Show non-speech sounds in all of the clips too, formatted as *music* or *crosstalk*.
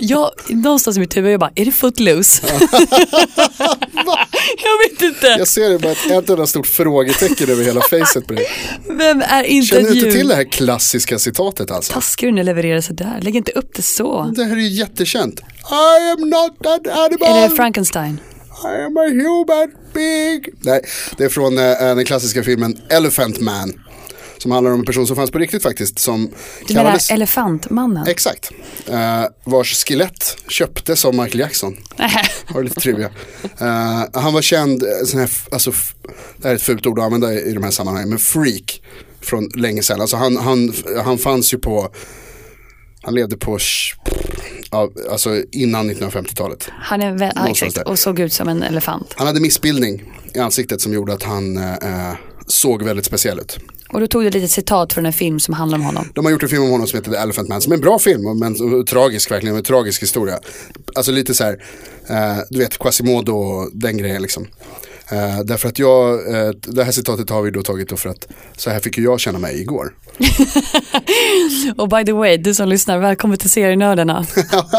jag, någonstans i mitt huvud, jag bara, är det footloose? *laughs* jag vet inte. Jag ser det bara ett, ett enda stort frågetecken över hela facet på dig. Vem är inte Känner ett du inte till djur? det här klassiska citatet alltså? Taskar du när jag levererar sådär? Lägg inte upp det så. Det här är ju jättekänt. I am not an animal. Är det Frankenstein? I am a human being. Nej, det är från eh, den klassiska filmen Elephant Man. Som handlar om en person som fanns på riktigt faktiskt. Som Du menar kallades... elefantmannen? Exakt. Eh, vars skelett köptes av Michael Jackson. Nej. *laughs* *laughs* Har du lite trivia. Eh, han var känd, eh, sån här, f- alltså, f- det här är ett fult ord att använda i i de här sammanhangen, men freak. Från länge sedan. Alltså han, han, han fanns ju på, han levde på, sh- ja, alltså innan 1950-talet. Han är vä- ja, Någonstans exakt, där. och såg ut som en elefant. Han hade missbildning i ansiktet som gjorde att han eh, eh, såg väldigt speciell ut. Och då tog du lite citat från en film som handlar om *laughs* honom. De har gjort en film om honom som heter The Elephant Man som är en bra film, men och tragisk verkligen, en tragisk historia. Alltså lite så här, eh, du vet Quasimodo och den grejen liksom. Eh, därför att jag, eh, det här citatet har vi då tagit då för att så här fick ju jag känna mig igår. Och by the way, du som lyssnar, välkommen till *laughs* serienördarna. *laughs*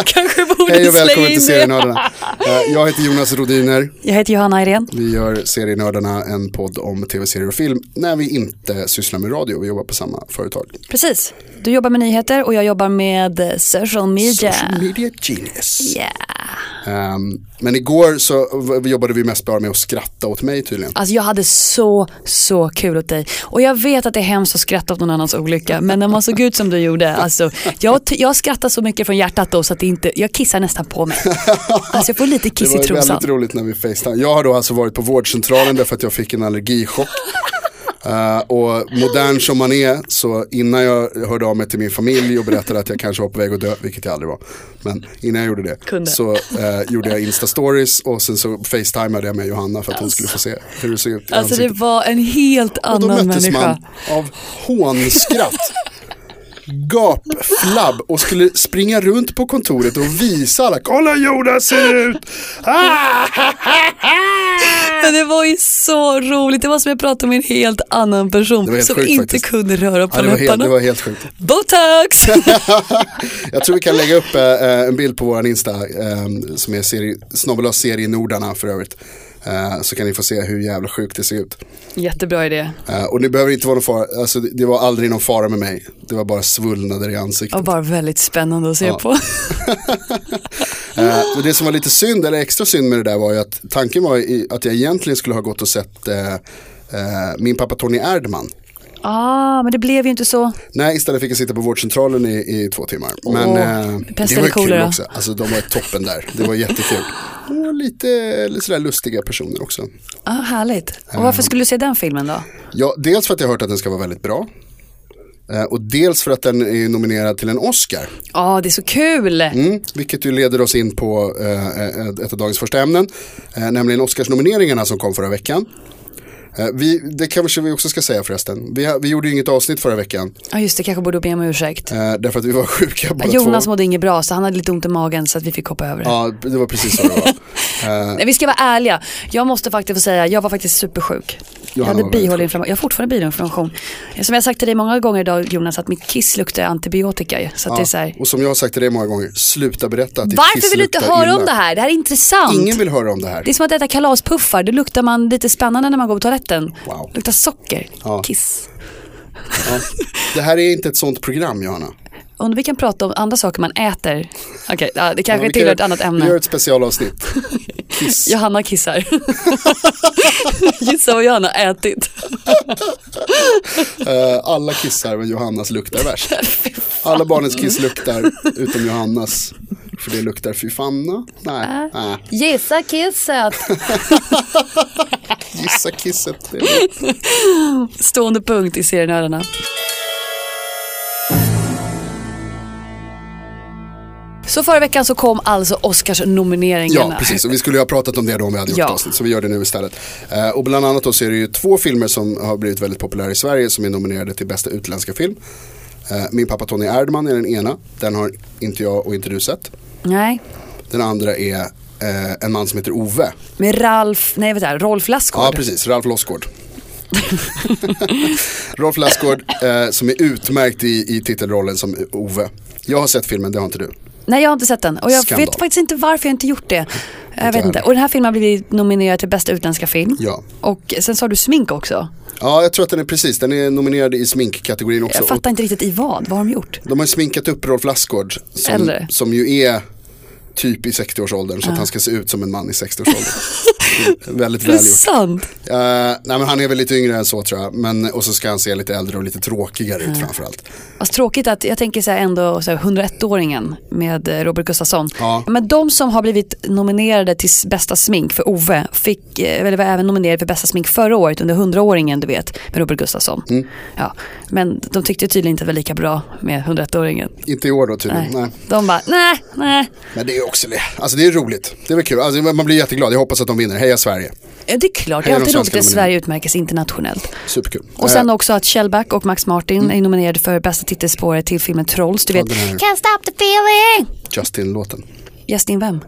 Kanske borde Hej och slänga välkommen in till det. Serienördarna. Eh, jag heter Jonas Rodiner, Jag heter Johanna Irene. vi gör Serienördarna, en podd om tv-serier och film när vi inte sysslar med radio, vi jobbar på samma företag. Precis, du jobbar med nyheter och jag jobbar med eh, social media. Social media genius. Yeah. Ehm, men igår så v- jobbade vi mest bara med att skratta åt mig tydligen. Alltså jag hade så, så kul åt dig. Och jag vet att det är hemskt att skratta åt någon annans olycka, men när man såg ut som du gjorde, alltså jag, t- jag skrattar så mycket från hjärtat då så att det inte, jag kissar nästan på mig. Alltså jag får lite Det kiss i var trosan. väldigt roligt när vi facetimade. Jag har då alltså varit på vårdcentralen därför att jag fick en allergichock. *laughs* Eh, och modern som man är, så innan jag hörde av mig till min familj och berättade att jag kanske var på väg att dö, vilket jag aldrig var. Men innan jag gjorde det Kunde. så eh, gjorde jag instastories och sen så facetimade jag med Johanna för att hon skulle få se hur det såg ut i Alltså det ansiktet. var en helt Och då annan möttes människa. man av hånskratt, gap, flabb och skulle springa runt på kontoret och visa alla. Kolla Jonas ser ut! Ah! Men det var ju så roligt, det var som jag pratade med en helt annan Det var person helt som sjukt inte faktiskt. kunde röra på Ja, det, var helt, läpparna. det var helt sjukt. *laughs* Botox! Jag tror vi kan lägga upp eh, en bild på våran Insta eh, som är seri, snabel-a serienordarna för övrigt. Eh, så kan ni få se hur jävla sjukt det ser ut. Jättebra idé. Eh, och det behöver inte vara någon fara, alltså, det det var aldrig någon fara med mig. Det var bara svullnader i ansiktet. Och bara väldigt spännande att se Ja. på. *laughs* Eh, och det som var lite synd, eller extra synd med det där var ju att tanken var i, att jag egentligen skulle ha gått och sett eh, eh, min pappa Tony Erdman. ah, men det blev ju inte så. Nej, istället fick jag sitta på vårdcentralen i, i två timmar. Men Åh, eh, pest det var eller ju kul kolera? också. Alltså de var toppen där. Det *laughs* var jättekul. Och lite, lite sådär lustiga personer också. Ah, härligt. Och varför skulle du se den filmen då? Ja, dels för att jag har hört att den ska vara väldigt bra. Eh, och dels för att den är nominerad till en Oscar. Ja, det är så kul. Mm, vilket ju leder oss in på eh, ett av dagens första ämnen, eh, nämligen Oscarsnomineringarna som kom förra veckan. Eh, vi, det kanske vi också ska säga förresten. Vi, har- vi gjorde ju inget avsnitt förra veckan Ja, just det, kanske borde be om ursäkt. eh, därför att vi var *laughs* sjuka båda Jonas två. mådde inget bra så han hade lite ont i magen så att vi fick hoppa över det. Ja, det var precis så det var. Nej, vi ska vara ärliga. Jag måste faktiskt få säga, jag var faktiskt supersjuk. Jag Johanna hade var väldigt bihåleinflammation. Jag har fortfarande bihåleinflammation. Som jag har sagt till dig många gånger idag Jonas, att mitt kiss luktar antibiotika ju. Så att det är så här. Och som jag har sagt till dig många gånger, sluta berätta att ditt kiss Varför vill du inte luktar höra illa. om det här? Det här är intressant. Ingen vill höra om det här. Det är som att äta kalaspuffar, då luktar man lite spännande när man går på toaletten. Wow. Luktar socker, Ja. kiss. Ja. Det här är inte ett sånt program Johanna. Undrar vi kan prata om andra saker man äter. Okej, ja, det Ja, kanske vi tillhör kan- ett annat Vi ämne. gör ett specialavsnitt. Kiss. Johanna kissar. *laughs* Gissa vad Johanna har ätit. Eh, alla kissar men *laughs* Johannas luktar värst. Alla barnens kiss luktar utom Johannas. För det luktar fy fanna. Äh. Nej, nej. Gissa kisset. Gissa kisset. Det är bra. Stående punkt i serienördarna. Så förra veckan så kom alltså Oscars-nomineringarna. Ja, precis. Och vi skulle ju ha pratat om det då om vi hade gjort Ja. ett avsnitt. Så vi gör det nu istället. Eh, och bland annat då så är det ju två filmer som har blivit väldigt populära i Sverige som är nominerade till bästa utländska film. Eh, Min pappa Tony Erdman är den ena. Den har inte jag och inte du sett. Nej, Den andra är eh, en man som heter Ove. med Ralf, nej vet jag, Rolf Lassgård. Ja, precis. Ralf *laughs* Lossgård. Rolf Lassgård eh, som är utmärkt i, i titelrollen som Ove. Jag har sett filmen, det har inte du. Nej jag har inte sett den och jag Skandal. vet faktiskt inte varför jag inte gjort det. Jag vet heller. inte. Och den här filmen har blivit nominerad till bästa utländska film. Ja. Och sen sa du smink också. ja, jag tror att den är precis, den är nominerad i sminkkategorin också. Jag Och fattar inte riktigt i vad, vad har de gjort? De har ju sminkat upp Rolf Lassgård som, Äldre. som ju är typ i 60-årsåldern så att han ska se ut som en man *laughs* i 60-årsåldern. Väldigt Är det välgjort. sant? Eh, nej men han är väl lite yngre än så tror jag. Men, och så ska han se lite äldre och lite tråkigare ut framförallt. Fast Alltså, tråkigt att jag tänker så här ändå så här 101-åringen med eh, Robert Gustafsson. Ja. Men de som har blivit nominerade till s- bästa smink för Ove fick, eh, eller var även nominerade för bästa smink förra året under 100-åringen du vet med Robert Gustafsson. Mm. Ja. Men de tyckte tydligen inte det var lika bra med 101-åringen. Inte i år då tydligen. Nej. De bara, nej, nej. Men det är också alltså det är roligt. Det är väl kul. Alltså, man blir jätteglad. Jag hoppas att de vinner. Heja Sverige. Ja, Det är klart, det Här är är de alltid roligt svenska när nominerade. Eh. Sverige utmärks internationellt. Superkul. Och sen också att Kjellback och Max Martin är nominerade för bästa titelspåret till filmen Trolls. Du vet, Mm. den här- Can't stop the feeling. Eh, Justin-låten. Justin vem?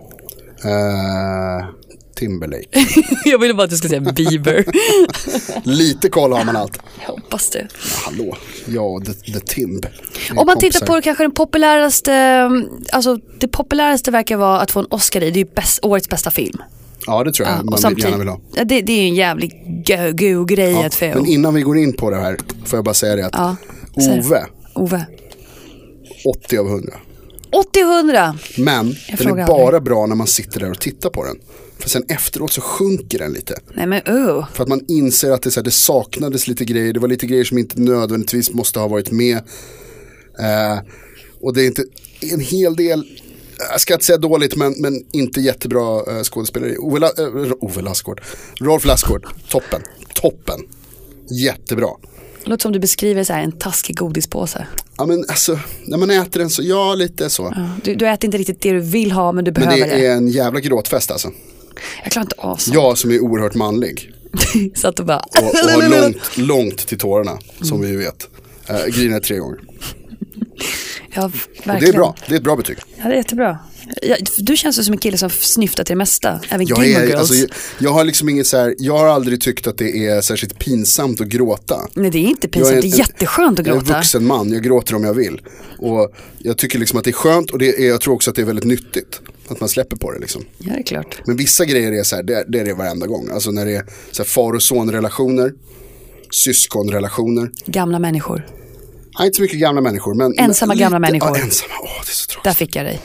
Eh, Timberlake. *laughs* jag ville bara att du skulle säga Bieber. Lite koll har man allt. *laughs* jag hoppas det. Hallå, ja och The, the Timb. Det är Om man tittar kompisar. på det, kanske den populäraste, alltså det populäraste verkar vara att få en Oscar i, det är ju bäst, årets bästa film. Ja det tror jag man vill gärna vill ha. ja, det, det är ju en jävligt go, go grej Ja, att få. men innan vi går in på det här får jag bara säga det att Ja, säg det. Ove, Ove. 80 av 100. 80-100. Men den frågar är bara bra när man sitter där och tittar på den. För sen efteråt så sjunker den lite. Nej men uh. För att man inser att det, är så här, det saknades lite grejer. Det var lite grejer som inte nödvändigtvis måste ha varit med. Eh, och det är inte en hel del, jag ska inte säga dåligt, men, men inte jättebra eh, skådespelare. Ove, La, eh, Ove Lassgård, Rolf Lassgård, toppen, toppen, jättebra. Låter som du beskriver så här en taskig godispåse. Ja men alltså, när man äter den så, ja lite så. Du, du äter inte riktigt det du vill ha men du Men behöver det det. är en jävla gråtfest alltså. Jag klarar inte av sånt. Jag som är oerhört manlig. *laughs* så att du bara... och, och har långt, långt till tårarna Mm. som vi ju vet. Uh, griner tre gånger. Ja, verkligen. Och det är bra, det är ett bra betyg. Ja, det är jättebra. Ja, du känns ju som en kille som snyftar till det mesta. Även Jag, Gilmore är, Girls. alltså, jag, jag har liksom inget så här, jag har aldrig tyckt att det är särskilt pinsamt att gråta. Nej, det är inte Jag Mm, pinsamt. det är en- är jätteskönt att Jag är en gråta. vuxen man, jag gråter om jag vill. Och jag tycker liksom att det är skönt och det är, jag tror också att det är väldigt nyttigt. Att man släpper på det liksom. Ja, det är klart. Men vissa grejer är så här, det, det är det varenda gång. Alltså när det är så här far och sonrelationer, syskonrelationer. Gamla människor. Nej, inte så mycket gamla människor. Men, Ensamma men gamla människor. Ja, ensamma, åh det är så tråkigt. Där fick jag dig.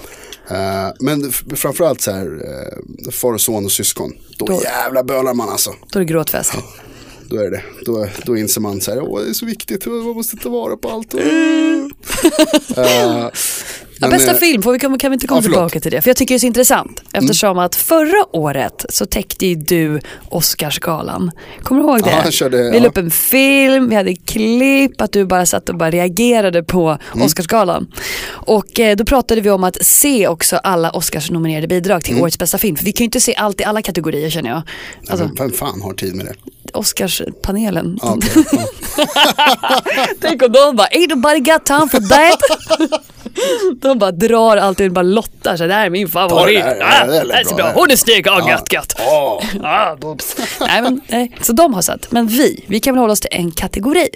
Eh, men f- framförallt så här, eh, far och son och syskon. Då, Då- jävla bölar man alltså. Då är det gråtfest. Då är det. Då, då inser man så här, åh det är så viktigt, man måste ta vara på *laughs* allt. Eh, Ja, men, bästa eh, film, får vi, komma- kan vi inte komma ja, förlåt. Mm. tillbaka till det? För jag tycker det är så intressant. Eftersom att förra året så täckte ju du Oscarsgalan. Kommer du ihåg det? Ja, jag körde- vi la ja. upp en film, vi hade klipp, att du bara satt och bara reagerade på Mm. Oscarsgalan. Och eh, då pratade vi om att se också alla Oscarsnominerade bidrag Mm. till årets bästa film. För vi kan ju inte se allt i alla kategorier känner jag. Alltså, Vem fan har tid med det? Oscarspanelen. Ja, okej. Ja. *laughs* Tänk om de bara, ain't nobody got time for that. *laughs* De bara drar alltid och bara lottar, så det här är min favorit. Ta det där, Ah, det där lät det här är så bra, bra. det. Hon är snygg, ah, gött gött. Åh, *laughs* Ah, boobs. nej, men, nej. Så de har satt, men vi, vi kan väl hålla oss till en kategori.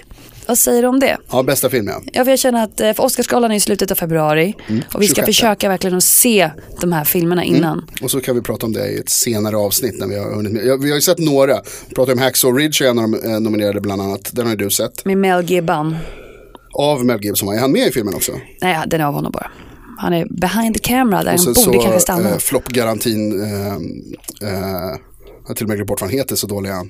Vad säger du om det? Ja, bästa film ja. Ja, för jag känner att eh, för Oscarsgalan är i slutet av februari och vi ska 26. försöka verkligen att se de här filmerna Mm. innan. Och så kan vi prata om det i ett senare avsnitt när vi har hunnit med. Ja, vi har ju sett några. Vi pratade om Hacksaw Ridge, är en av de eh, nominerade bland annat. Den har ju du sett. Med Mel Gibban. Av Mel Gibson, va? är han med i filmen också? Nej, den är av honom bara. Han är behind the camera där Och han sen borde kanske så stanna. eh, floppgarantin, eh, eh, jag har till och med glömt bort vad han heter, så dålig är han.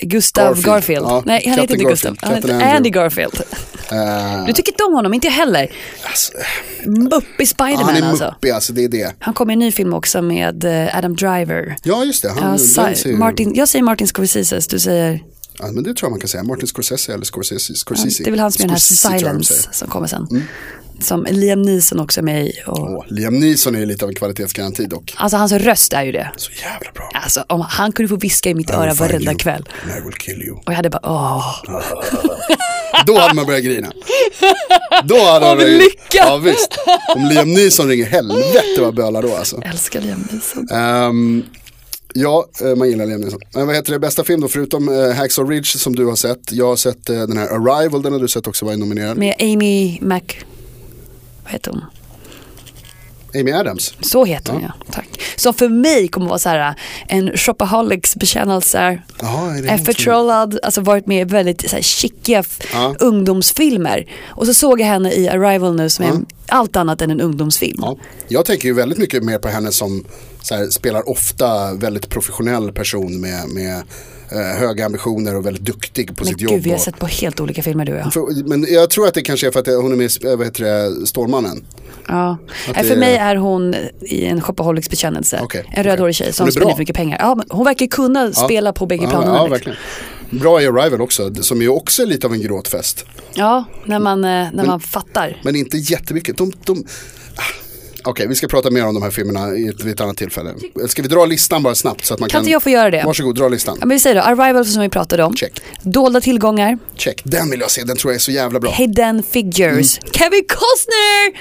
Gustav Garfield. Garfield. Ja, Nej, han heter Captain inte Gustav. Garfield. Han heter Captain Andrew. Andy Garfield. Eh, Du tycker inte om honom, inte jag heller. alltså, Muppig ja, Spiderman han är alltså. muppig, alltså det är det. Han kommer i en ny film också med eh, Adam Driver. Ja just det, han, Ja, den Sa- ser ju- Martin, jag säger Martin Scorsese, du säger... ja, men det tror jag man kan säga, Martin Scorsese eller Scorsese. Scorsese. Det är väl han som är den Scorsese här tror jag de Silence säger. Mm. som kommer sen. Som Liam Neeson också är med i. Och, Åh, Liam Neeson är ju lite av en kvalitetsgaranti dock. alltså hans röst är ju det. Så jävla bra. Alltså om han kunde få viska i mitt I öra will find varenda you kväll. and I will kill you. Och jag hade bara åh. Då hade man börjat grina. Då hade man Av börjat- lycka. Ja visst. Om Liam Neeson ringer, helvete vad bölar då alltså. Jag älskar Liam Neeson. Ehm, ja, eh, man gillar Liam Neeson. Men vad heter det, bästa film då, förutom uh, Hacksaw Ridge som du har sett. Jag har sett eh, den här Arrival, den har du sett också, var ju nominerad. Med Amy Mac... Vad heter hon? Amy Adams. Så heter hon ja. Tack. Som för mig kommer vara så här, äh, en shopaholics bekännelse. Jaha, är det hon som- Eftertrollad, alltså varit med i väldigt så här, chickiga f- Ja. ungdomsfilmer. Och så såg jag henne i Arrival nu som är en- allt annat än en ungdomsfilm. Ja. Jag tänker ju väldigt mycket mer på henne som så här, spelar ofta väldigt professionell person med, med eh, höga ambitioner och väldigt duktig på Men sitt jobb. gud, vi har och- sett på helt olika filmer du och jag. För, men jag tror att det kanske är för att hon är med i eh, vad heter det, Stålmannen. Ja. Nej, det för är- mig är hon i en shopaholics bekännelse. Okej, En rödhårig tjej som Hon är spenderar bra. för mycket pengar. Ja, men hon verkar ju kunna spela på bägge Ja, planerna. ja, liksom. verkligen. Bra i Arrival också, som ju också är lite av en gråtfest. ja när, man, eh, när man fattar. Men inte jättemycket. De, de... Ah, Okej, vi ska prata mer om de här filmerna i ett, vid ett annat tillfälle. Ska vi dra listan bara snabbt? Så att man kan, Kan inte jag få göra det? Varsågod, dra listan. Ja, men vi säger då, Arrival som vi pratade om. Check. Dolda tillgångar, Check, den vill jag se, den tror jag är så jävla bra. Hidden Figures, Mm. Kevin *laughs* Costner!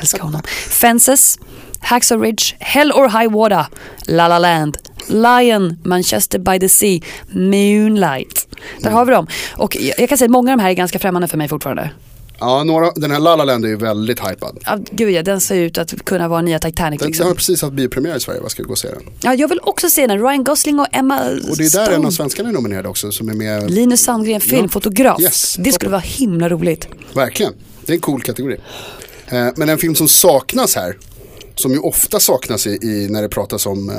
Älskar honom. Fences, Hacksaw Ridge, Hell or High Water, La La Land, Lion, Manchester by the Sea, Moonlight. Där har vi dem. Och jag, jag kan säga att många av de här är ganska främmande för mig fortfarande. Ja, några, den här La La Land är ju väldigt hypad. Ja, gud ja, den ser ut att kunna vara nya Titanic Den liksom. har precis haft biopremiär i Sverige, vad ska vi gå och se den? Ja, jag vill också se den. Ryan Gosling och Emma Och det är där Stone. en av svenskarna är nominerad också, som är med, Linus Sandgren, filmfotograf. Yes, det skulle vara himla roligt. verkligen. Det är en cool kategori. Eh, men en film som saknas här, som ju ofta saknas i, i när det pratas om eh,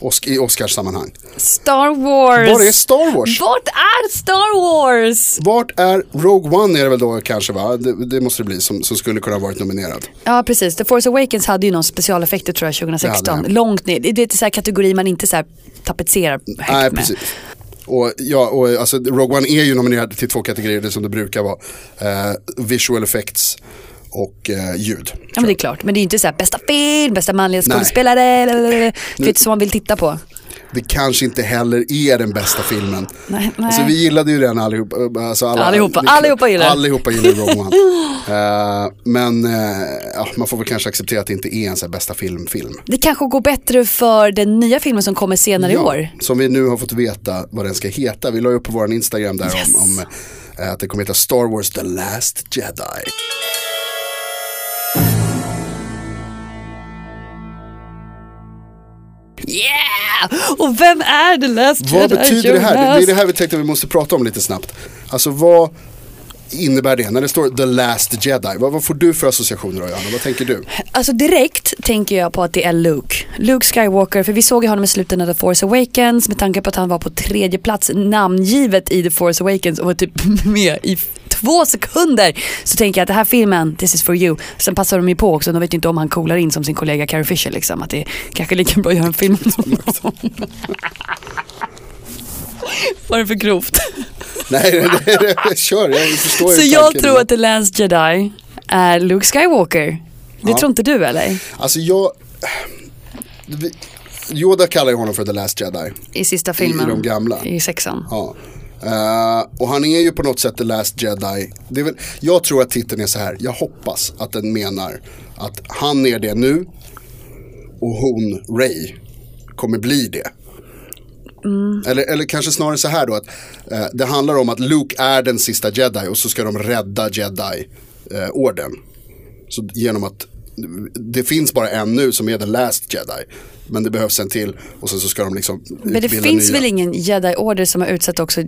Osc- i Oscars-sammanhang. Star Wars. Var är Star Wars? Vart är Star Wars? Vart är Rogue One är det väl då kanske va? Det, det måste det bli som, som skulle kunna ha varit nominerad. Ja precis, The Force Awakens hade ju någon specialeffekter tror jag 2016. Det hade Långt ner, det är inte så här kategori man inte så här tapetserar högt Nej, med. precis. Och, ja, och alltså, Rogue One är ju nominerad till två kategorier, det som det brukar vara. Eh, visual effects och eh, ljud. Ja men det är klart, men det är ju inte så här bästa film, bästa manliga skådespelare, lalalala. du vet som man vill titta på. Det kanske inte heller är den bästa filmen. Nej, nej. Alltså, vi gillade ju den allihopa. Alltså, alla, Allihopa, allihopa gillar den. Allihopa gillar Rogue One. *laughs* Eh, men eh, ja, man får väl kanske acceptera att det inte är en så här, bästa film-film. Det kanske går bättre för den nya filmen som kommer senare i år. Som vi nu har fått veta vad den ska heta. Vi la upp på vår Instagram där Yes. om, om eh, att det kommer heta Star Wars The Last Jedi. Yeah! Och vem är The Last Vad Jedi, betyder det här? Det är Jonas? det här vi tänkte att vi måste prata om lite snabbt. Alltså vad innebär det när det står The Last Jedi? Vad, vad får du för associationer då Johanna? Vad *laughs* tänker du? Alltså direkt tänker jag på att det är Luke. Luke Skywalker, för vi såg ju honom i slutet av The Force Awakens med tanke på att han var på tredje plats namngivet i The Force Awakens och var typ *laughs* med i f- två sekunder. Så tänker jag att den här filmen, this is for you. Sen passar de ju på också, de vet ju inte om han coolar in som sin kollega Carrie Fisher liksom. Att det är kanske lika bra att göra en film *laughs* om honom. Var det för grovt? Nej, *laughs* det, det, det, kör. Jag förstår Så ju jag tanken. tror att The Last Jedi är Luke Skywalker. Det Ja. tror inte du eller? Alltså jag... vi- Yoda kallar ju honom för The Last Jedi. I sista filmen. de gamla. I sexan. Ja. Eh, och han är ju på något sätt the last jedi. Det är väl, jag tror att titeln är så här, jag hoppas att den menar att han är det nu och hon, Ray, kommer bli det. Mm. Eller, eller kanske snarare så här då att eh, det handlar om att Luke är den sista jedi och så ska de rädda jedi-orden. så genom att det finns bara en nu som är the last jedi. Men det behövs en till och sen så ska de liksom Men det utbilda finns nya. väl ingen jedi order som har utsatt också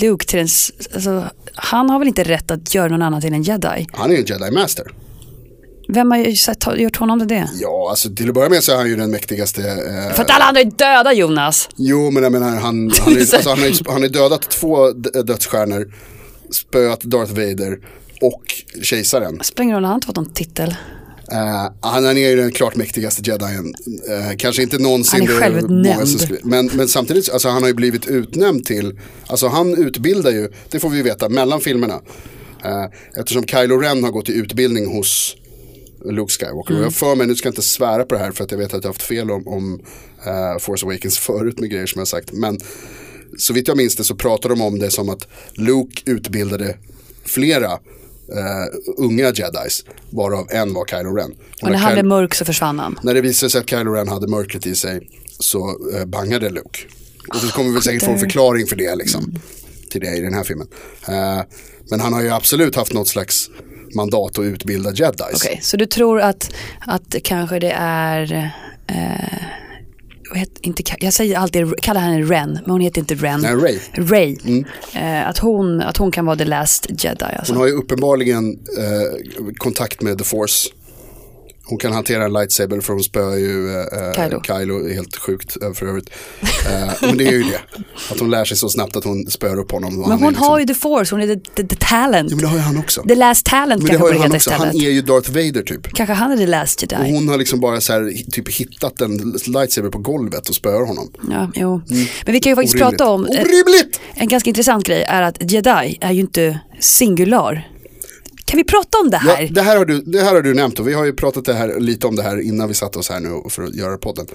Luke till en... s- Alltså, han har väl inte rätt att göra någon annan till en jedi? Han är ju en jedi master. Vem har ju sett- har gjort honom till det? Ja, alltså till att börja med så är han ju den mäktigaste. Eh, För att alla andra är döda Jonas. jo, men jag menar *laughs* han, han, är, alltså, han, är, han är dödat två d- dödsstjärnor, spöat Darth Vader och kejsaren. Spelar ingen roll, han har inte fått någon titel. Eh, han han är ju den klart mäktigaste jedin. Eh, kanske inte någonsin. Han är det självutnämnd. många som skulle- Men, men samtidigt, så- alltså, han har ju blivit utnämnd till, alltså han utbildar ju, det får vi veta, mellan filmerna. Eh, eftersom Kylo Ren har gått i utbildning hos Luke Skywalker. Mm. Och jag för mig, nu ska jag inte svära på det här för att jag vet att jag har haft fel om, om eh, Force Awakens förut med grejer som jag har sagt. Men så vitt jag minns det så pratar de om det som att Luke utbildade flera eh, unga jedis. Varav en var Kylo Ren. Och Och när han Kylo- blev mörk så försvann han. när det visade sig att Kylo Ren hade mörkret i sig så eh, bangade Luke. Och så kommer vi säkert få en förklaring för det liksom. Till det i den här filmen. Eh, men han har ju absolut haft något slags mandat att utbilda jedis. Okej, så du tror att, att kanske det är, eh, vad heter, inte, Ka- jag säger alltid, kallar henne Ren, men hon heter inte Ren. Nej, Ray. Ray. Eh, att, hon, att hon kan vara the last jedi alltså. Hon har ju uppenbarligen eh, kontakt med the force. Hon kan hantera en lightsaber för hon spöar ju eh, Kylo. Kylo. Kylo, helt sjukt eh, för övrigt. Eh, men det är ju det, att hon lär sig så snabbt att hon spöar upp honom. men hon har ju the force, hon är the, the, the talent. liksom- Ja, men det har ju han också. the last talent men det kanske har borde ju han heta också, han istället. är ju Darth Vader typ. Kanske han är the last jedi. Och hon har liksom bara så här, hi- typ hittat en lightsaber på golvet och spöar honom. Ja, jo. Men vi kan ju faktiskt Mm. Orimligt. prata om, eh, Orimligt! en ganska intressant grej är att jedi är ju inte singular. Kan vi prata om det här? Ja, det, här har du, det här har du nämnt och vi har ju pratat det här, lite om det här innan vi satte oss här nu för att göra podden.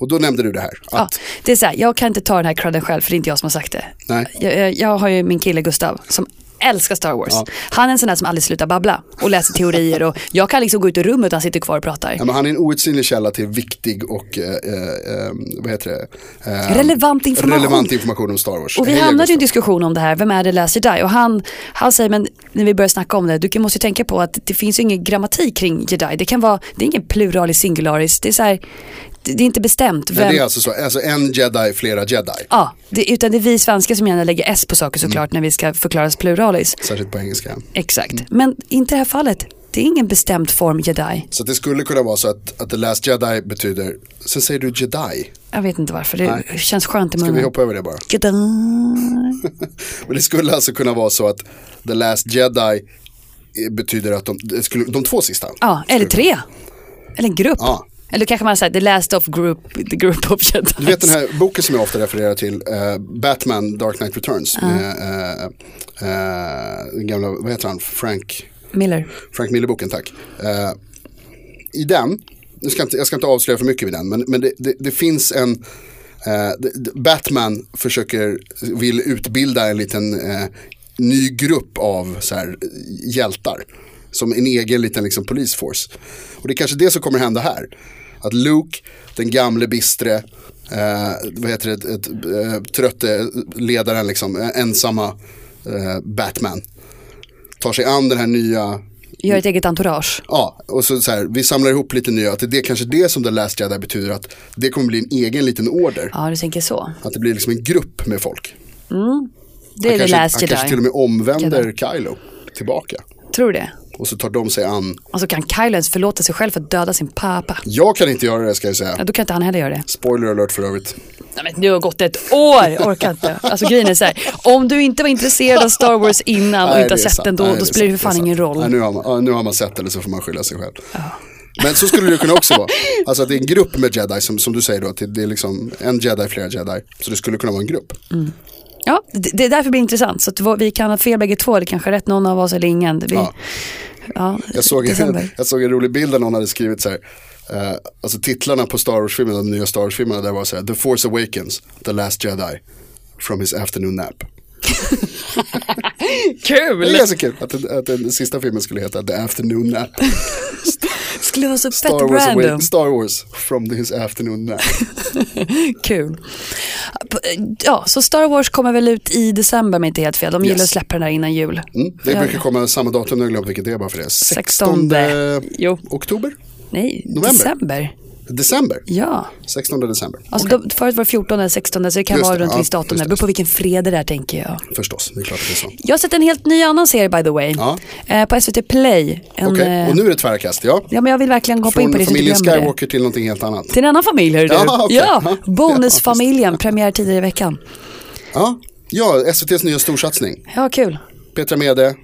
Och då nämnde du det här. Ja, Att, det är så här, jag kan inte ta den här credden själv för det är inte jag som har sagt det. Nej. Jag, jag, jag har ju min kille Gustav som älskar Star Wars. Ja. Han är en sån där som aldrig slutar babbla och läser teorier och jag kan liksom gå ut ur rummet och han sitter kvar och pratar. Ja, men han är en outsinlig källa till viktig och, eh, eh, eh, vad heter det? Eh, Relevant information. relevant information om Star Wars. Och vi Hej, hamnade i en Augusta. diskussion om det här, vem är det Last Jedi? Och han, han säger, men när vi börjar snacka om det, du kan- måste ju tänka på att det finns ju ingen grammatik kring Jedi. Det kan vara, det är ingen pluralis singularis, det är så här, det, det är inte bestämt. Vem, Nej, det är alltså så, alltså en jedi, flera jedi. Ja, det, utan det är vi svenskar som gärna lägger S på saker såklart Mm. när vi ska förklaras pluralis. Särskilt på engelska. Exakt, Mm. men inte i det här fallet. Det är ingen bestämd form jedi. Så att det skulle kunna vara så att, att the last jedi betyder, sen säger du jedi. Jag vet inte varför, det Nej. känns skönt i Ska vi munnen. hoppa över det bara? Jedi. Men det skulle alltså kunna vara så att the last jedi eh, betyder att de, det skulle, de två sista. Ja, eller tre. Eller en grupp. Ja. Eller kanske man säger the last of group, the group of jedis. Du vet den här boken som jag ofta refererar till, eh, Batman Dark Knight Returns. Med, eh, eh, den gamla, vad heter han, Frank? Miller. Frank Miller-boken, tack. Eh, I den, nu ska jag, inte, jag ska inte avslöja för mycket vid den, men, men det, det, det finns en eh, det- det- Batman försöker, vill utbilda en liten eh, ny grupp av så här, hjältar. Som en egen liten liksom, police force. Och det är kanske det som kommer hända här. Att Luke, den gamle bistre, eh, vad heter det, ett, eh, trötte ledaren, liksom, eh, ensamma eh, Batman. Tar sig an den här nya Gör ett eget entourage. Ja, och så, så här, vi samlar ihop lite nya, att det är kanske det som The Last Jedi betyder, att det kommer bli en egen liten order. Ja, du tänker så. Att det blir liksom en grupp med folk. Det är the kanske, last han kanske till jedi. och med omvänder Kylo tillbaka. Tror du det? Och så tar de sig an, Och så kan Kylo ens förlåta sig själv för att döda sin pappa. jag kan inte göra det ska jag Ja, säga. då kan inte han heller göra det. Spoiler alert för övrigt. Nej, men nu har gått ett år, orkar inte. Alltså grejen är så här, om du inte var intresserad av Star Wars innan och inte Nej, har det är sett sant. den då, Nej, då är spelar det för sant. är fan ingen sant. roll. Nej, nu, har man, ja, nu har man sett eller så får man skylla sig själv. Men så skulle det kunna också vara. Alltså att det är en grupp med jedi, som, som du säger då, att det, det är liksom en jedi, flera jedi. Så det skulle kunna vara en grupp. Ja, det, det är därför det blir intressant. Så att vad- vi kan ha fel bägge två, eller kanske rätt någon av oss eller ingen. Vi, ja. Ja. Jag såg, en, december. jag såg en rolig bild där någon hade skrivit så här. eh, alltså titlarna på Star Wars-filmerna, de nya Star Wars-filmerna, där var så här, The Force Awakens, The Last Jedi, From His Afternoon Nap. Det är Kul! ganska kul att, den- att den sista filmen skulle heta The *laughs* Afternoon Nap. Skulle vara så fett Star Wars, random. Awak- Star Wars From His Afternoon Nap. Kul. Ja, så Star Wars kommer väl ut i december om jag inte är helt fel. De gillar Yes. att släppa den här innan jul. Mm, det Ja. brukar komma samma datum, nu har jag glömt vilket det är bara för det. 16 Sextonde. Jo. oktober? Nej, November. december. December? Ja, 16 december, alltså de, förut var det 14 eller 16 så det kan Just vara det, runt ja, visst datum. just Det det. beror på vilken fredag det är tänker jag. förstås. Det är klart att det är så. Jag har sett en helt ny annan serie by the way. Ja. Eh, på SVT Play. En, Okej, eh, och nu är det tvärkast, ja. Ja men jag vill verkligen hoppa in på Från det så att du familjen glömmer det. Skywalker till någonting helt annat. Till en annan familj hörru du. Ja, okej. ja, Ja. Bonusfamiljen, premiär tidigare i veckan. Ja, ja SVTs nya storsatsning. Ja, kul. Petra Mede,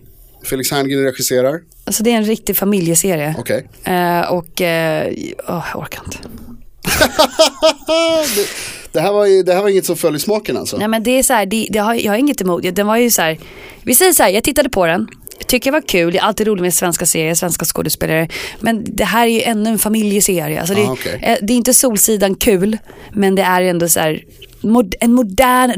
Felix Herngren regisserar. Alltså det är en riktig familjeserie. Okej. Eh, och, eh, åh, jag orkar inte. Det, det, här var ju, det här var inget som föll i smaken alltså. Nej men det är så här, det, det har, jag har inget emot det. Den var ju så här, vi säger så här, jag tittade på den. Jag tycker det var kul, det är alltid roligt med svenska serier, svenska skådespelare. Men det här är ju ännu en familjeserie. Alltså det, Ah, okej. eh, det är inte Solsidan kul, men det är ändå så här, mod, en modern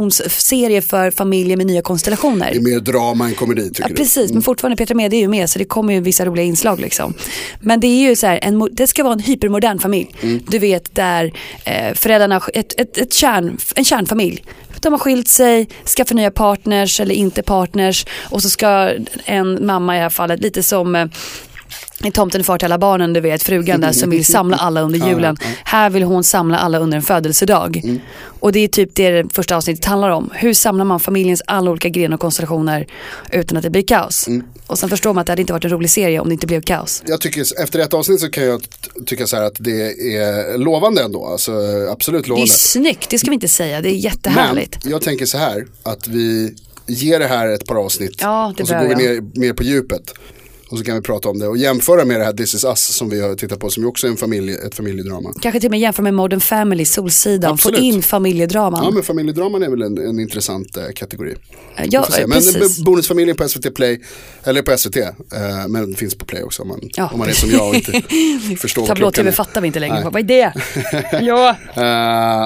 relationsserie för familjer med nya konstellationer. Det är mer drama än komedi tycker Ja, du? Mm. precis, men fortfarande Petra Mede är ju med så det kommer ju vissa roliga inslag liksom. Men det är ju så här, en, mo- det ska vara en hypermodern familj. Mm. Du vet där eh, föräldrarna, ett, ett, ett kärn, en kärnfamilj. De har skilt sig, skaffar nya partners eller inte partners och så ska en mamma i det här fallet, lite som eh, i Tomten är far till alla barnen, du vet frugan där som vill samla alla *laughs* under julen. Här vill hon samla alla under en födelsedag. Mm. Och det är typ det det första avsnittet handlar om. Hur samlar man familjens alla olika grenar och konstellationer utan att det blir kaos? Mm. Och sen förstår man att det hade inte varit en rolig serie om det inte blev kaos. jag tycker efter ett avsnitt så kan jag t- tycka så här att det är lovande ändå. Alltså absolut Det är ju lovande. snyggt, det ska vi inte säga. Det är Men jättehärligt. jag tänker så här att vi ger det här ett par avsnitt. Ja, det och så går behöver vi ner mer på djupet. Och så kan vi prata om det och jämföra med det här This is us som vi har tittat på som ju också är en familj, ett familjedrama. Kanske till och med jämföra med Modern Family, Solsidan, få Absolut. in familjedraman. Ja men familjedraman är väl en, en intressant eh, kategori. Ja, Vi får se. eh, men precis. eh, Bonusfamiljen på SVT Play, eller på SVT, eh, men finns på Play också om man, Ja. om man är som jag *laughs* och inte förstår vad klockan Tablå-tv är. fattar vi inte längre. Nej. Vad är det? *laughs* ja. Eh,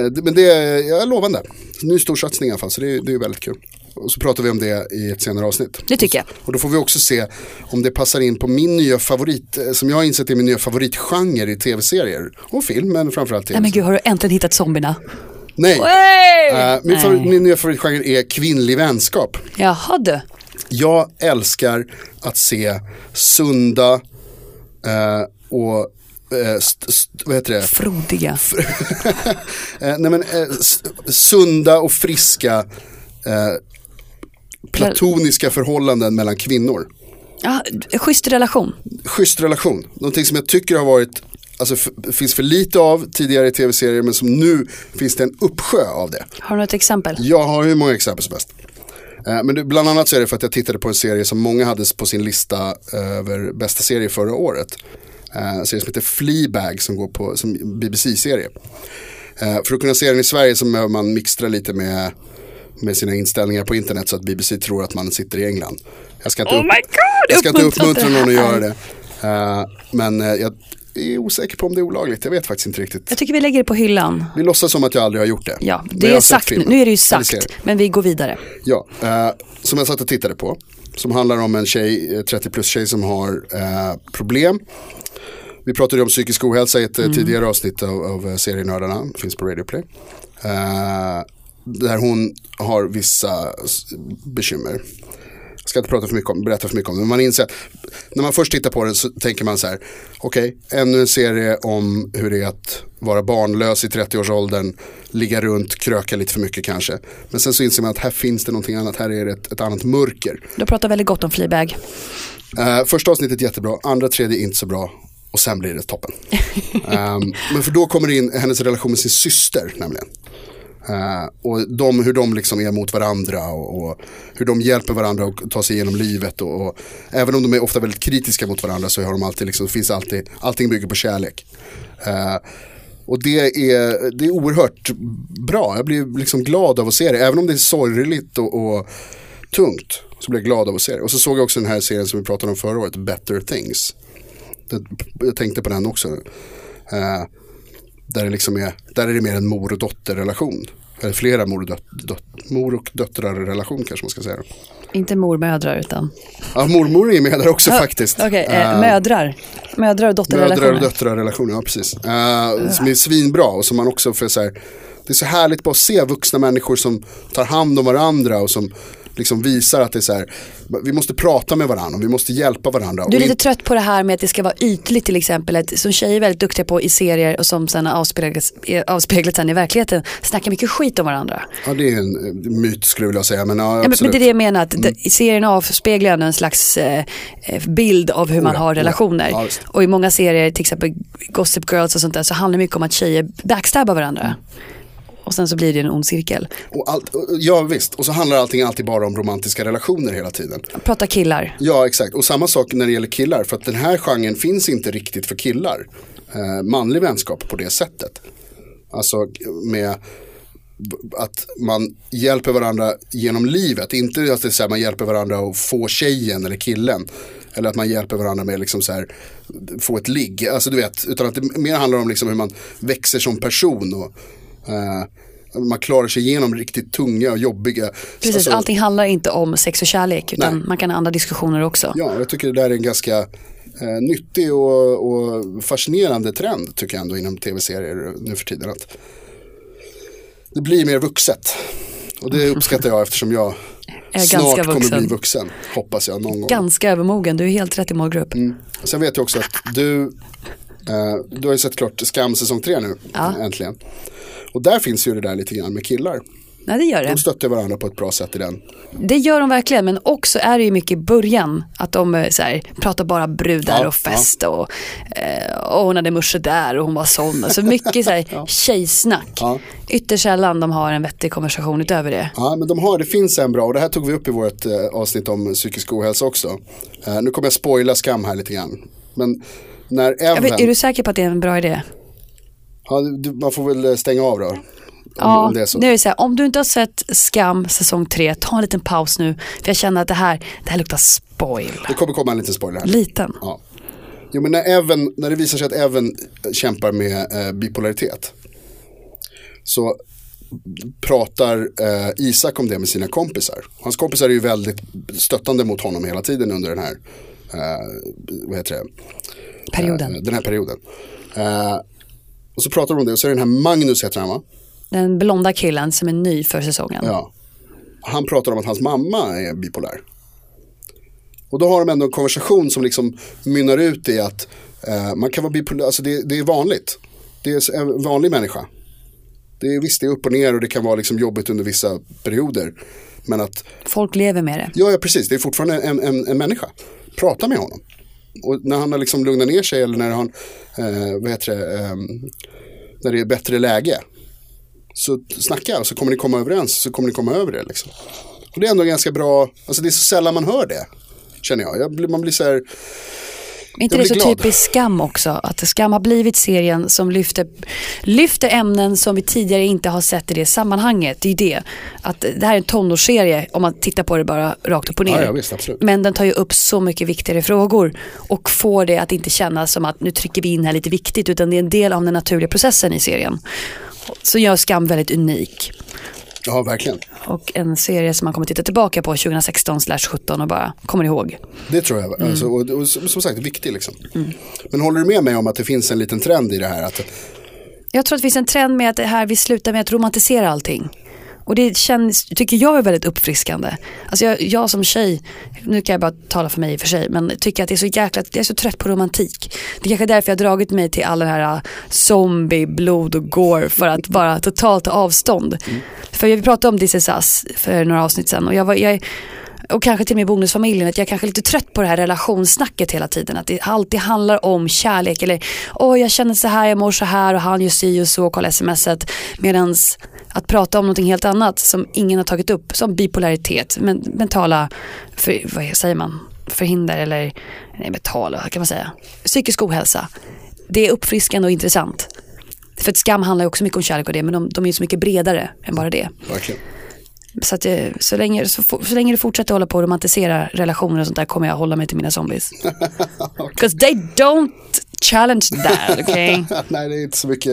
eh, det- men det är jag är lovande. Ny storsatsning i alla fall, så det är, det är väldigt kul. Och så pratar vi om det i ett senare avsnitt. Det tycker jag. Och då får vi också se om det passar in på min nya favorit, eh, som jag har insett är min nya favoritgenre i tv-serier och film, men framförallt tv. Nej men gud, har du äntligen hittat zombierna? Nej. Hey! Eh, min, favorit, min nya favoritgenre är kvinnlig vänskap. Jaha du. Jag älskar att se sunda eh, och eh, st, st, vad heter det? *laughs* Frodiga. Eh, nej men, eh, s- sunda och friska eh, platoniska förhållanden mellan kvinnor. Ja, eh, schysst relation. Schysst relation, någonting som jag tycker har varit Alltså f- finns för lite av tidigare i tv-serier men som nu finns det en uppsjö av det. Har du något exempel? Jag har hur många exempel som helst. Eh, Men det, bland annat så är det för att jag tittade på en serie som många hade på sin lista över bästa serier förra året. Eh, En serie som heter Fleabag som går på som BBC-serie. Eh, För att kunna se den i Sverige så behöver man mixtra lite med, med sina inställningar på internet så att BBC tror att man sitter i England. Jag ska inte, Oh my God, jag ska inte uppmuntra uppmuntra det någon att här. göra det. Eh, Men eh, jag är osäker på om det är olagligt, jag vet faktiskt inte riktigt. Jag tycker vi lägger det på hyllan. Vi låtsas som att jag aldrig har gjort det. Ja, Men jag det har är sett sagt nu. filmen. Nu är det ju Eller serien. sagt, men vi går vidare. Ja, eh, som jag satt och tittade på. Som handlar om en tjej, eh, 30 plus tjej som har eh, problem. Vi pratade ju om psykisk ohälsa i ett eh, tidigare avsnitt av, av eh, serienördarna. Finns på Radio Play. Eh, där hon har vissa s- bekymmer. Jag ska inte prata för mycket om, berätta för mycket om det. Men man inser, att när man först tittar på den så tänker man så här. Okej, ännu en serie om hur det är att vara barnlös i 30-årsåldern. Ligga runt, kröka lite för mycket kanske. Men sen så inser man att här finns det någonting annat. Här är det ett, ett annat mörker. Du pratar väldigt gott om Fleabag. Eh, första avsnittet jättebra, andra tredje inte så bra och sen blir det toppen. Ehm, men för då kommer det in hennes relation med sin syster nämligen. Eh, och de, hur de liksom är mot varandra och, och hur de hjälper varandra att ta sig igenom livet. Och, och, även om de är ofta väldigt kritiska mot varandra så har de alltid liksom, finns alltid, allting bygger på kärlek. Eh, och det är, det är oerhört bra, jag blir liksom glad av att se det. Även om det är sorgligt och, och tungt så blev jag glad av att se det. Och så såg jag också den här serien som vi pratade om förra året, Better Things. Den, jag tänkte på den också. Eh, där, det liksom är, där är det mer en mor och dotterrelation. Eller flera mor och, döt, döt, mor och döttrar-relation kanske man ska säga. Inte mormödrar utan... Ja, mormor är med där också faktiskt. Okej, eh, mödrar. Eh, Mödrar och Mödrar och dotterrelationer. döttrar relationer, ja precis. Eh, som är svinbra och som man också får så här, det är så härligt bara att se vuxna människor som tar hand om varandra och som liksom visar att det är så här, vi måste prata med varandra och vi måste hjälpa Du varandra. är Och lite in- trött på det här med att det ska vara ytligt till exempel. Att, som tjejer är väldigt duktiga på i serier och som sen avspeglas, eh, avspeglas sen i verkligheten. Snackar mycket skit om varandra. ja det är en eh, myt skulle jag vilja säga, men ja, Ja, men, men absolut. Mm. det är det jag menar, att det- serien avspeglar ändå en slags eh, eh, bild av hur man ja, har oh ja. relationer. Ja, visst. och i många serier, till exempel Gossip Girls och sånt där, så handlar det mycket om att tjejer backstabbar Mm. varandra. Och sen så blir det en ond cirkel. och allt, och- ja visst, och så handlar allting alltid bara om romantiska relationer hela tiden. Prata killar. Ja, exakt. Och samma sak när det gäller killar. För att den här genren finns inte riktigt för killar. Eh, manlig vänskap på det sättet. Alltså med b- att man hjälper varandra genom livet. Inte att det är så här, man hjälper varandra att få tjejen eller killen. Eller att man hjälper varandra med liksom så här, få ett ligg. Alltså du vet, utan att det mer handlar om liksom hur man växer som person. Och, Eh, man klarar sig igenom riktigt tunga och jobbiga. Precis, Alltså, allting handlar inte om sex och kärlek utan Nej. man kan ha andra diskussioner också. Ja, jag tycker det där är en ganska eh, nyttig och, och fascinerande trend tycker jag ändå inom tv-serier nu för tiden. Att det blir mer vuxet. Och det uppskattar jag eftersom jag Är snart ganska kommer bli vuxen. vuxen. Hoppas jag någon gång. Ganska övermogen, du är helt rätt i målgrupp. Sen vet jag också att du, eh, du har ju sett klart Skam säsong 3 nu, Ja. äntligen. Och där finns ju det där lite grann med killar. Nej det gör det. De stöttar varandra på ett bra sätt i den. Det gör de verkligen men också är det ju mycket i början att de eh, så här, pratar bara brudar Ja, och fest och, eh, och hon hade morse där och hon var sån. *laughs* Alltså mycket så här, tjejsnack. Ja. Ytterst sällan de har en vettig konversation utöver det. Ja, men de har, det finns en bra, och det här tog vi upp i vårt eh, avsnitt om psykisk ohälsa också. Eh, nu kommer jag spoila Skam här lite grann. Men när Jag Evan, vet, är du säker på att det är en bra idé? ja, du, man får väl eh, stänga av då. Om, Ja, om det är så. nu är det så här, om du inte har sett Skam säsong 3, ta en liten paus nu. För jag känner att det här, det här luktar spoil. Det kommer komma en liten spoiler här. Liten. Ja. Jo, men när, Evan, när det visar sig att Evan kämpar med eh, bipolaritet så pratar eh, Isak om det med sina kompisar. Hans kompisar är ju väldigt stöttande mot honom hela tiden under den här, eh, vad heter det, Perioden. Eh, Den här perioden. Eh, och så pratar de om det och så är det den här Magnus heter han va? Den blonda killen som är ny för säsongen. Ja. Han pratar om att hans mamma är bipolär. Och då har de ändå en konversation som liksom mynnar ut i att eh, man kan vara bipolär, alltså det, det är vanligt. Det är en vanlig människa. Det är, visst, det är upp och ner och det kan vara liksom jobbigt under vissa perioder. Men att Folk lever med det. Ja, ja precis. Det är fortfarande en, en, en människa. Prata med honom. Och när han har liksom lugnat ner sig eller när han, eh, vad heter det, eh, när det är bättre läge. Så snacka och så kommer ni komma överens, så kommer ni komma över det liksom. Och det är ändå ganska bra, alltså det är så sällan man hör det. Känner jag. jag blir, man blir så här, Men inte Jag det är så blir glad. typiskt Skam också? Att Skam har blivit serien som lyfter, lyfter ämnen som vi tidigare inte har sett i det sammanhanget. Det är ju det. Att det här är en tonårsserie om man tittar på det bara rakt upp och ner. Ja, ja, visst, absolut. Men den tar ju upp så mycket viktigare frågor och får det att inte kännas som att nu trycker vi in här lite viktigt utan det är en del av den naturliga processen i serien. Så gör Skam väldigt unik. ja verkligen. Och en serie som man kommer titta tillbaka på 2016 17 och bara kommer ihåg. Det tror jag. Alltså, och, och som som sagt, viktig liksom. Men håller du med mig om att det finns en liten trend i det här? Att, Jag tror att det finns en trend med att det här vi slutar med att romantisera allting. Och det känns, tycker jag är väldigt uppfriskande. Alltså jag, jag som tjej, nu kan jag bara tala för mig i och för sig, men tycker att det är så jäkla, jag är så trött på romantik. Det är kanske är därför jag har dragit mig till all den här äh, zombie, blod och gore för att bara totalt ta avstånd. För vi pratade om This is us för några avsnitt sedan och jag var, jag är, och kanske till och med bonusfamiljen, att jag kanske är lite trött på det här relationssnacket hela tiden. Att det alltid handlar om kärlek eller åh jag känner så här, jag mår så här och han gör si och så, kolla smset. Medan att prata om någonting helt annat som ingen har tagit upp, som bipolaritet, men, mentala, för, vad säger man, förhinder eller nej, mentala, vad kan man säga, psykisk ohälsa. Det är uppfriskande och intressant. För att skam handlar ju också mycket om kärlek och det, men de, de är ju så mycket bredare än bara det. verkligen. Så, att, eh, så, länge, så, fo- så länge du fortsätter hålla på och romantisera relationer och sånt där kommer jag hålla mig till mina *laughs* zombies. Because they don't challenge *laughs* that, okay? Nej, det är inte så mycket.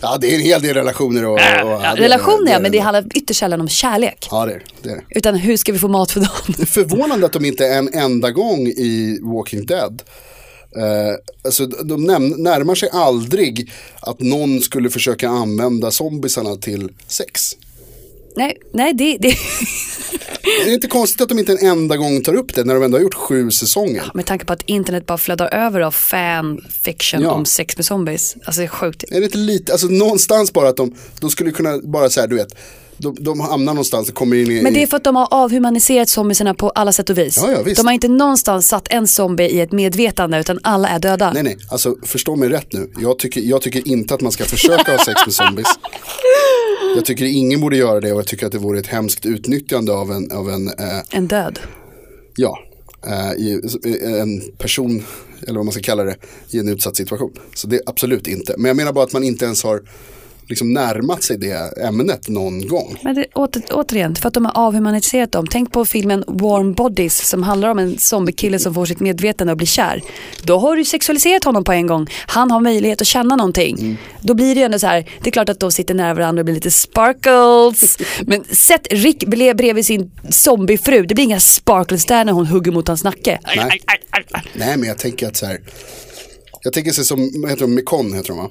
Ja, det är en hel del relationer. Och, och, Äh, ja, relationer ja, men det handlar ytterst sällan om kärlek. Ja, det är det. är det. Utan hur ska vi få mat för dem? *laughs* Det är förvånande att de inte en enda gång i Walking Dead Eh, alltså de näm- närmar sig aldrig att någon skulle försöka använda zombisarna till sex. nej, nej det, det, Det är inte konstigt att de inte en enda gång tar upp det när de ändå har gjort sju säsonger. med tanke på att internet bara flödar över av fanfiction Ja. om sex med zombies. Alltså det är sjukt. Är det inte lite, alltså någonstans bara att de, de skulle kunna bara säga, du vet, de, de hamnar någonstans och kommer in i... Men det är för att de har avhumaniserat zombiesarna på alla sätt och vis. Ja, ja, visst. de har inte någonstans satt en zombie i ett medvetande utan alla är döda. Nej, nej, alltså förstå mig rätt nu. Jag tycker, jag tycker inte att man ska försöka ha sex med zombies. Jag tycker ingen borde göra det och jag tycker att det vore ett hemskt utnyttjande av en, av en, eh, En död. ja, eh, i, en person, eller vad man ska kalla det, i en utsatt situation. Så det är absolut inte. Men jag menar bara att man inte ens har liksom närmat sig det ämnet någon gång. Men det, åter, återigen, för att de har avhumaniserat dem. Tänk på filmen Warm Bodies som handlar om en zombiekille som får sitt medvetande och blir kär. Då har du sexualiserat honom på en gång. Han har möjlighet att känna någonting. Mm. Då blir det ju ändå så här, det är klart att de sitter nära varandra och blir lite sparkles. Men sätt Rick ble- bredvid sin zombiefru, det blir inga sparkles där när hon hugger mot hans nacke. Nej. Nej, men jag tänker att så här, jag tänker sig som, vad heter de, Mekon heter de va?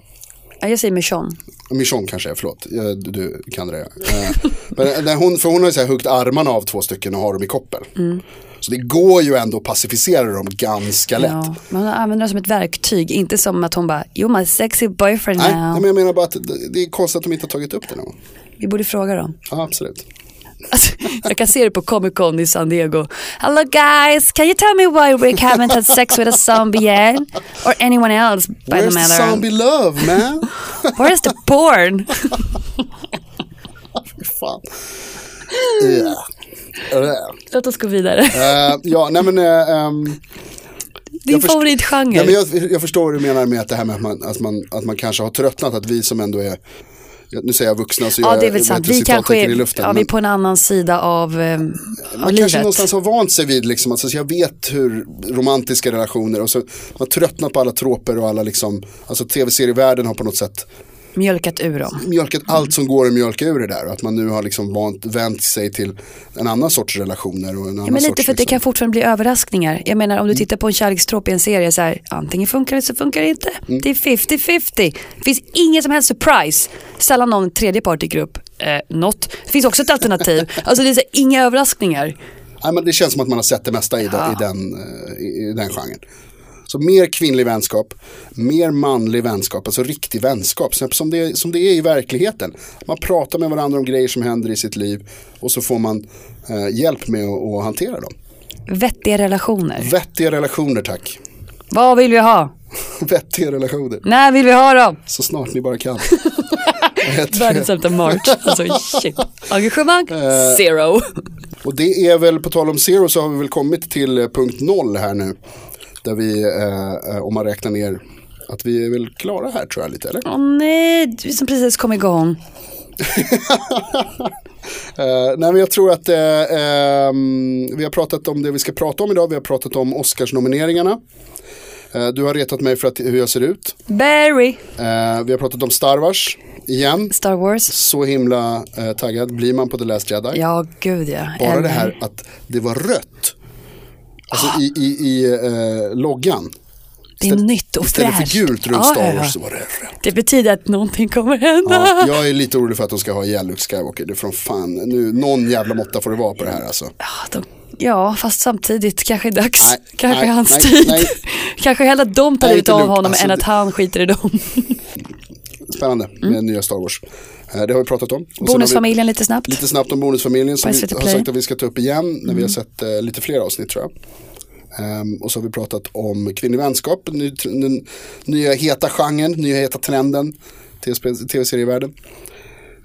Ja, Jag säger Michonne. Michon kanske, är, förlåt. Jag- Du, du kan det. ja. Eh, Men när hon, för hon har ju så här huggit armarna av två stycken och har dem i koppel. Mm. Så det går ju ändå att pacificera dem ganska lätt. Ja, man använder det som ett verktyg, inte som att hon bara, you're my sexy boyfriend Nej, now. men jag menar bara att det- det är konstigt att de inte har tagit upp det någon gång. Vi borde fråga dem. Ja, absolut. Alltså, jag kan se det på Comic Con i San Diego. Hello guys, can you tell me why Rick haven't had sex with a zombie yet? Or anyone else by Where's the the matter. zombie love man? Where's the porn? Fy Fan. Yeah. Yeah. *laughs* Låt oss gå vidare. Eh, ja, nej men, eh, ehm, Din först- favoritgenre. nej, men jag, jag förstår vad du menar med att det här med att man, att, man, att man kanske har tröttnat, att vi som ändå är, nu säger jag vuxna så ja, jag det är väl jag sant. vet inte Vi kanske citattecken är, i luften, ja, vi är men på en annan sida av, eh, av man kanske livet. någonstans har vant sig vid, liksom, alltså, så jag vet hur romantiska relationer, och så man tröttnar på alla tråper och alla liksom, alltså tv-serievärlden har på något sätt Mjölkat ur dem. mjölkat allt som går att mjölka ur det där och att man nu har liksom vant, vänt sig till en annan sorts relationer och en annan Ja, men lite sorts, för att det liksom, Mm. kan fortfarande bli överraskningar. Jag menar om du tittar på en kärlekstropp i en serie så här, antingen funkar det så funkar det inte. Mm. Det är 50-50. Det finns ingen som helst surprise. Sällan någon tredje part dyker upp. Eh, något. Det finns också ett *laughs* alternativ. alltså det är så här, inga överraskningar. Nej, men det känns som att man har sett det mesta i, den- i, den, eh, i, i den genren. Så mer kvinnlig vänskap, mer manlig vänskap, alltså riktig vänskap. Så Som det, som det är i verkligheten. Man pratar med varandra om grejer som händer i sitt liv och så får man eh, hjälp med att, att hantera dem. Vettiga relationer. Vettiga relationer tack. *laughs* Vad vill vi ha? Vettiga relationer, När vill vi ha dem? så snart ni bara kan. Världens sämsta march. Alltså shit. Engagemang? Eh. Zero. Och det är väl, på tal om zero så har vi väl kommit till eh, punkt noll här nu. Där vi, eh, eh, om man räknar ner, att vi är väl klara här tror jag lite eller? Åh nej, du som precis kom igång. Eh, nej men jag tror att eh, ehm, vi har pratat om det vi ska prata om idag, vi har pratat om Oscarsnomineringarna. Eh, du har retat mig för att, hur jag ser ut. Barry, Eh, vi har pratat om Star Wars, igen. Star Wars. Så himla eh, taggad blir man på The Last Jedi. Ja, gud ja. Bara det Eller- här att det var rött. Alltså i, i, i eh, loggan. Det är nytt och Istället fräscht. för gult runt Ja, ja, Star ja. Wars så var det rött. Det betyder att någonting kommer hända. Ja, jag är lite orolig för att de ska ha ihjäl Luke Skywalker. Det är från fan, nu, någon jävla måtta får det vara på det här alltså. Ja, de, ja, fast samtidigt kanske det är dags. Nej, kanske nej, hans nej, tid. nej. *laughs* kanske hellre att de tar Nej, ut inte av Luke. honom Alltså, än det- att han skiter i dem. Spännande med nya Star Wars. Eh, Det har vi pratat om. Och sen har vi- Bonusfamiljen lite snabbt. Lite snabbt om Bonusfamiljen som På vi SVT har Play. sagt att vi ska ta upp igen när vi har sett eh, lite fler avsnitt tror jag. Ehm, och så har vi pratat om kvinnlig vänskap, ny, tr- den nya heta genren, nya heta trenden, tv-spe- tv-serievärlden.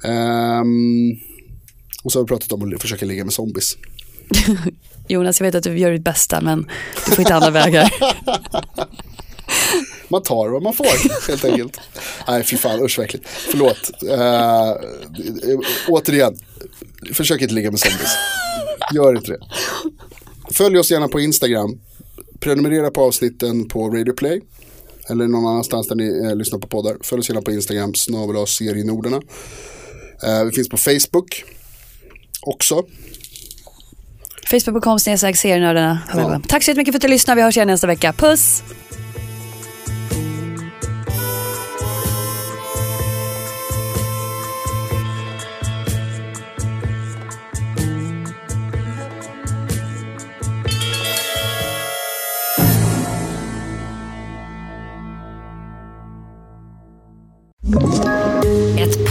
Ehm, och så har vi pratat om att försöka ligga med zombies. Jonas, jag vet att du gör ditt bästa men du får hitta andra *laughs* vägar. Man tar vad man får helt enkelt. Nej fy fan usch verkligen. Förlåt. Eh, eh, återigen, försök inte ligga med zombies. Gör inte det. Följ oss gärna på Instagram. Prenumerera på avsnitten på Radio Play. Eller någon annanstans där ni eh, lyssnar på poddar. Följ oss gärna på Instagram, snabel A serienorderna. Eh, vi finns på Facebook också. Facebook.com snedstreck serienördarna. Ja. Tack så jättemycket för att du lyssnade. Vi hörs igen nästa vecka. Puss! Ett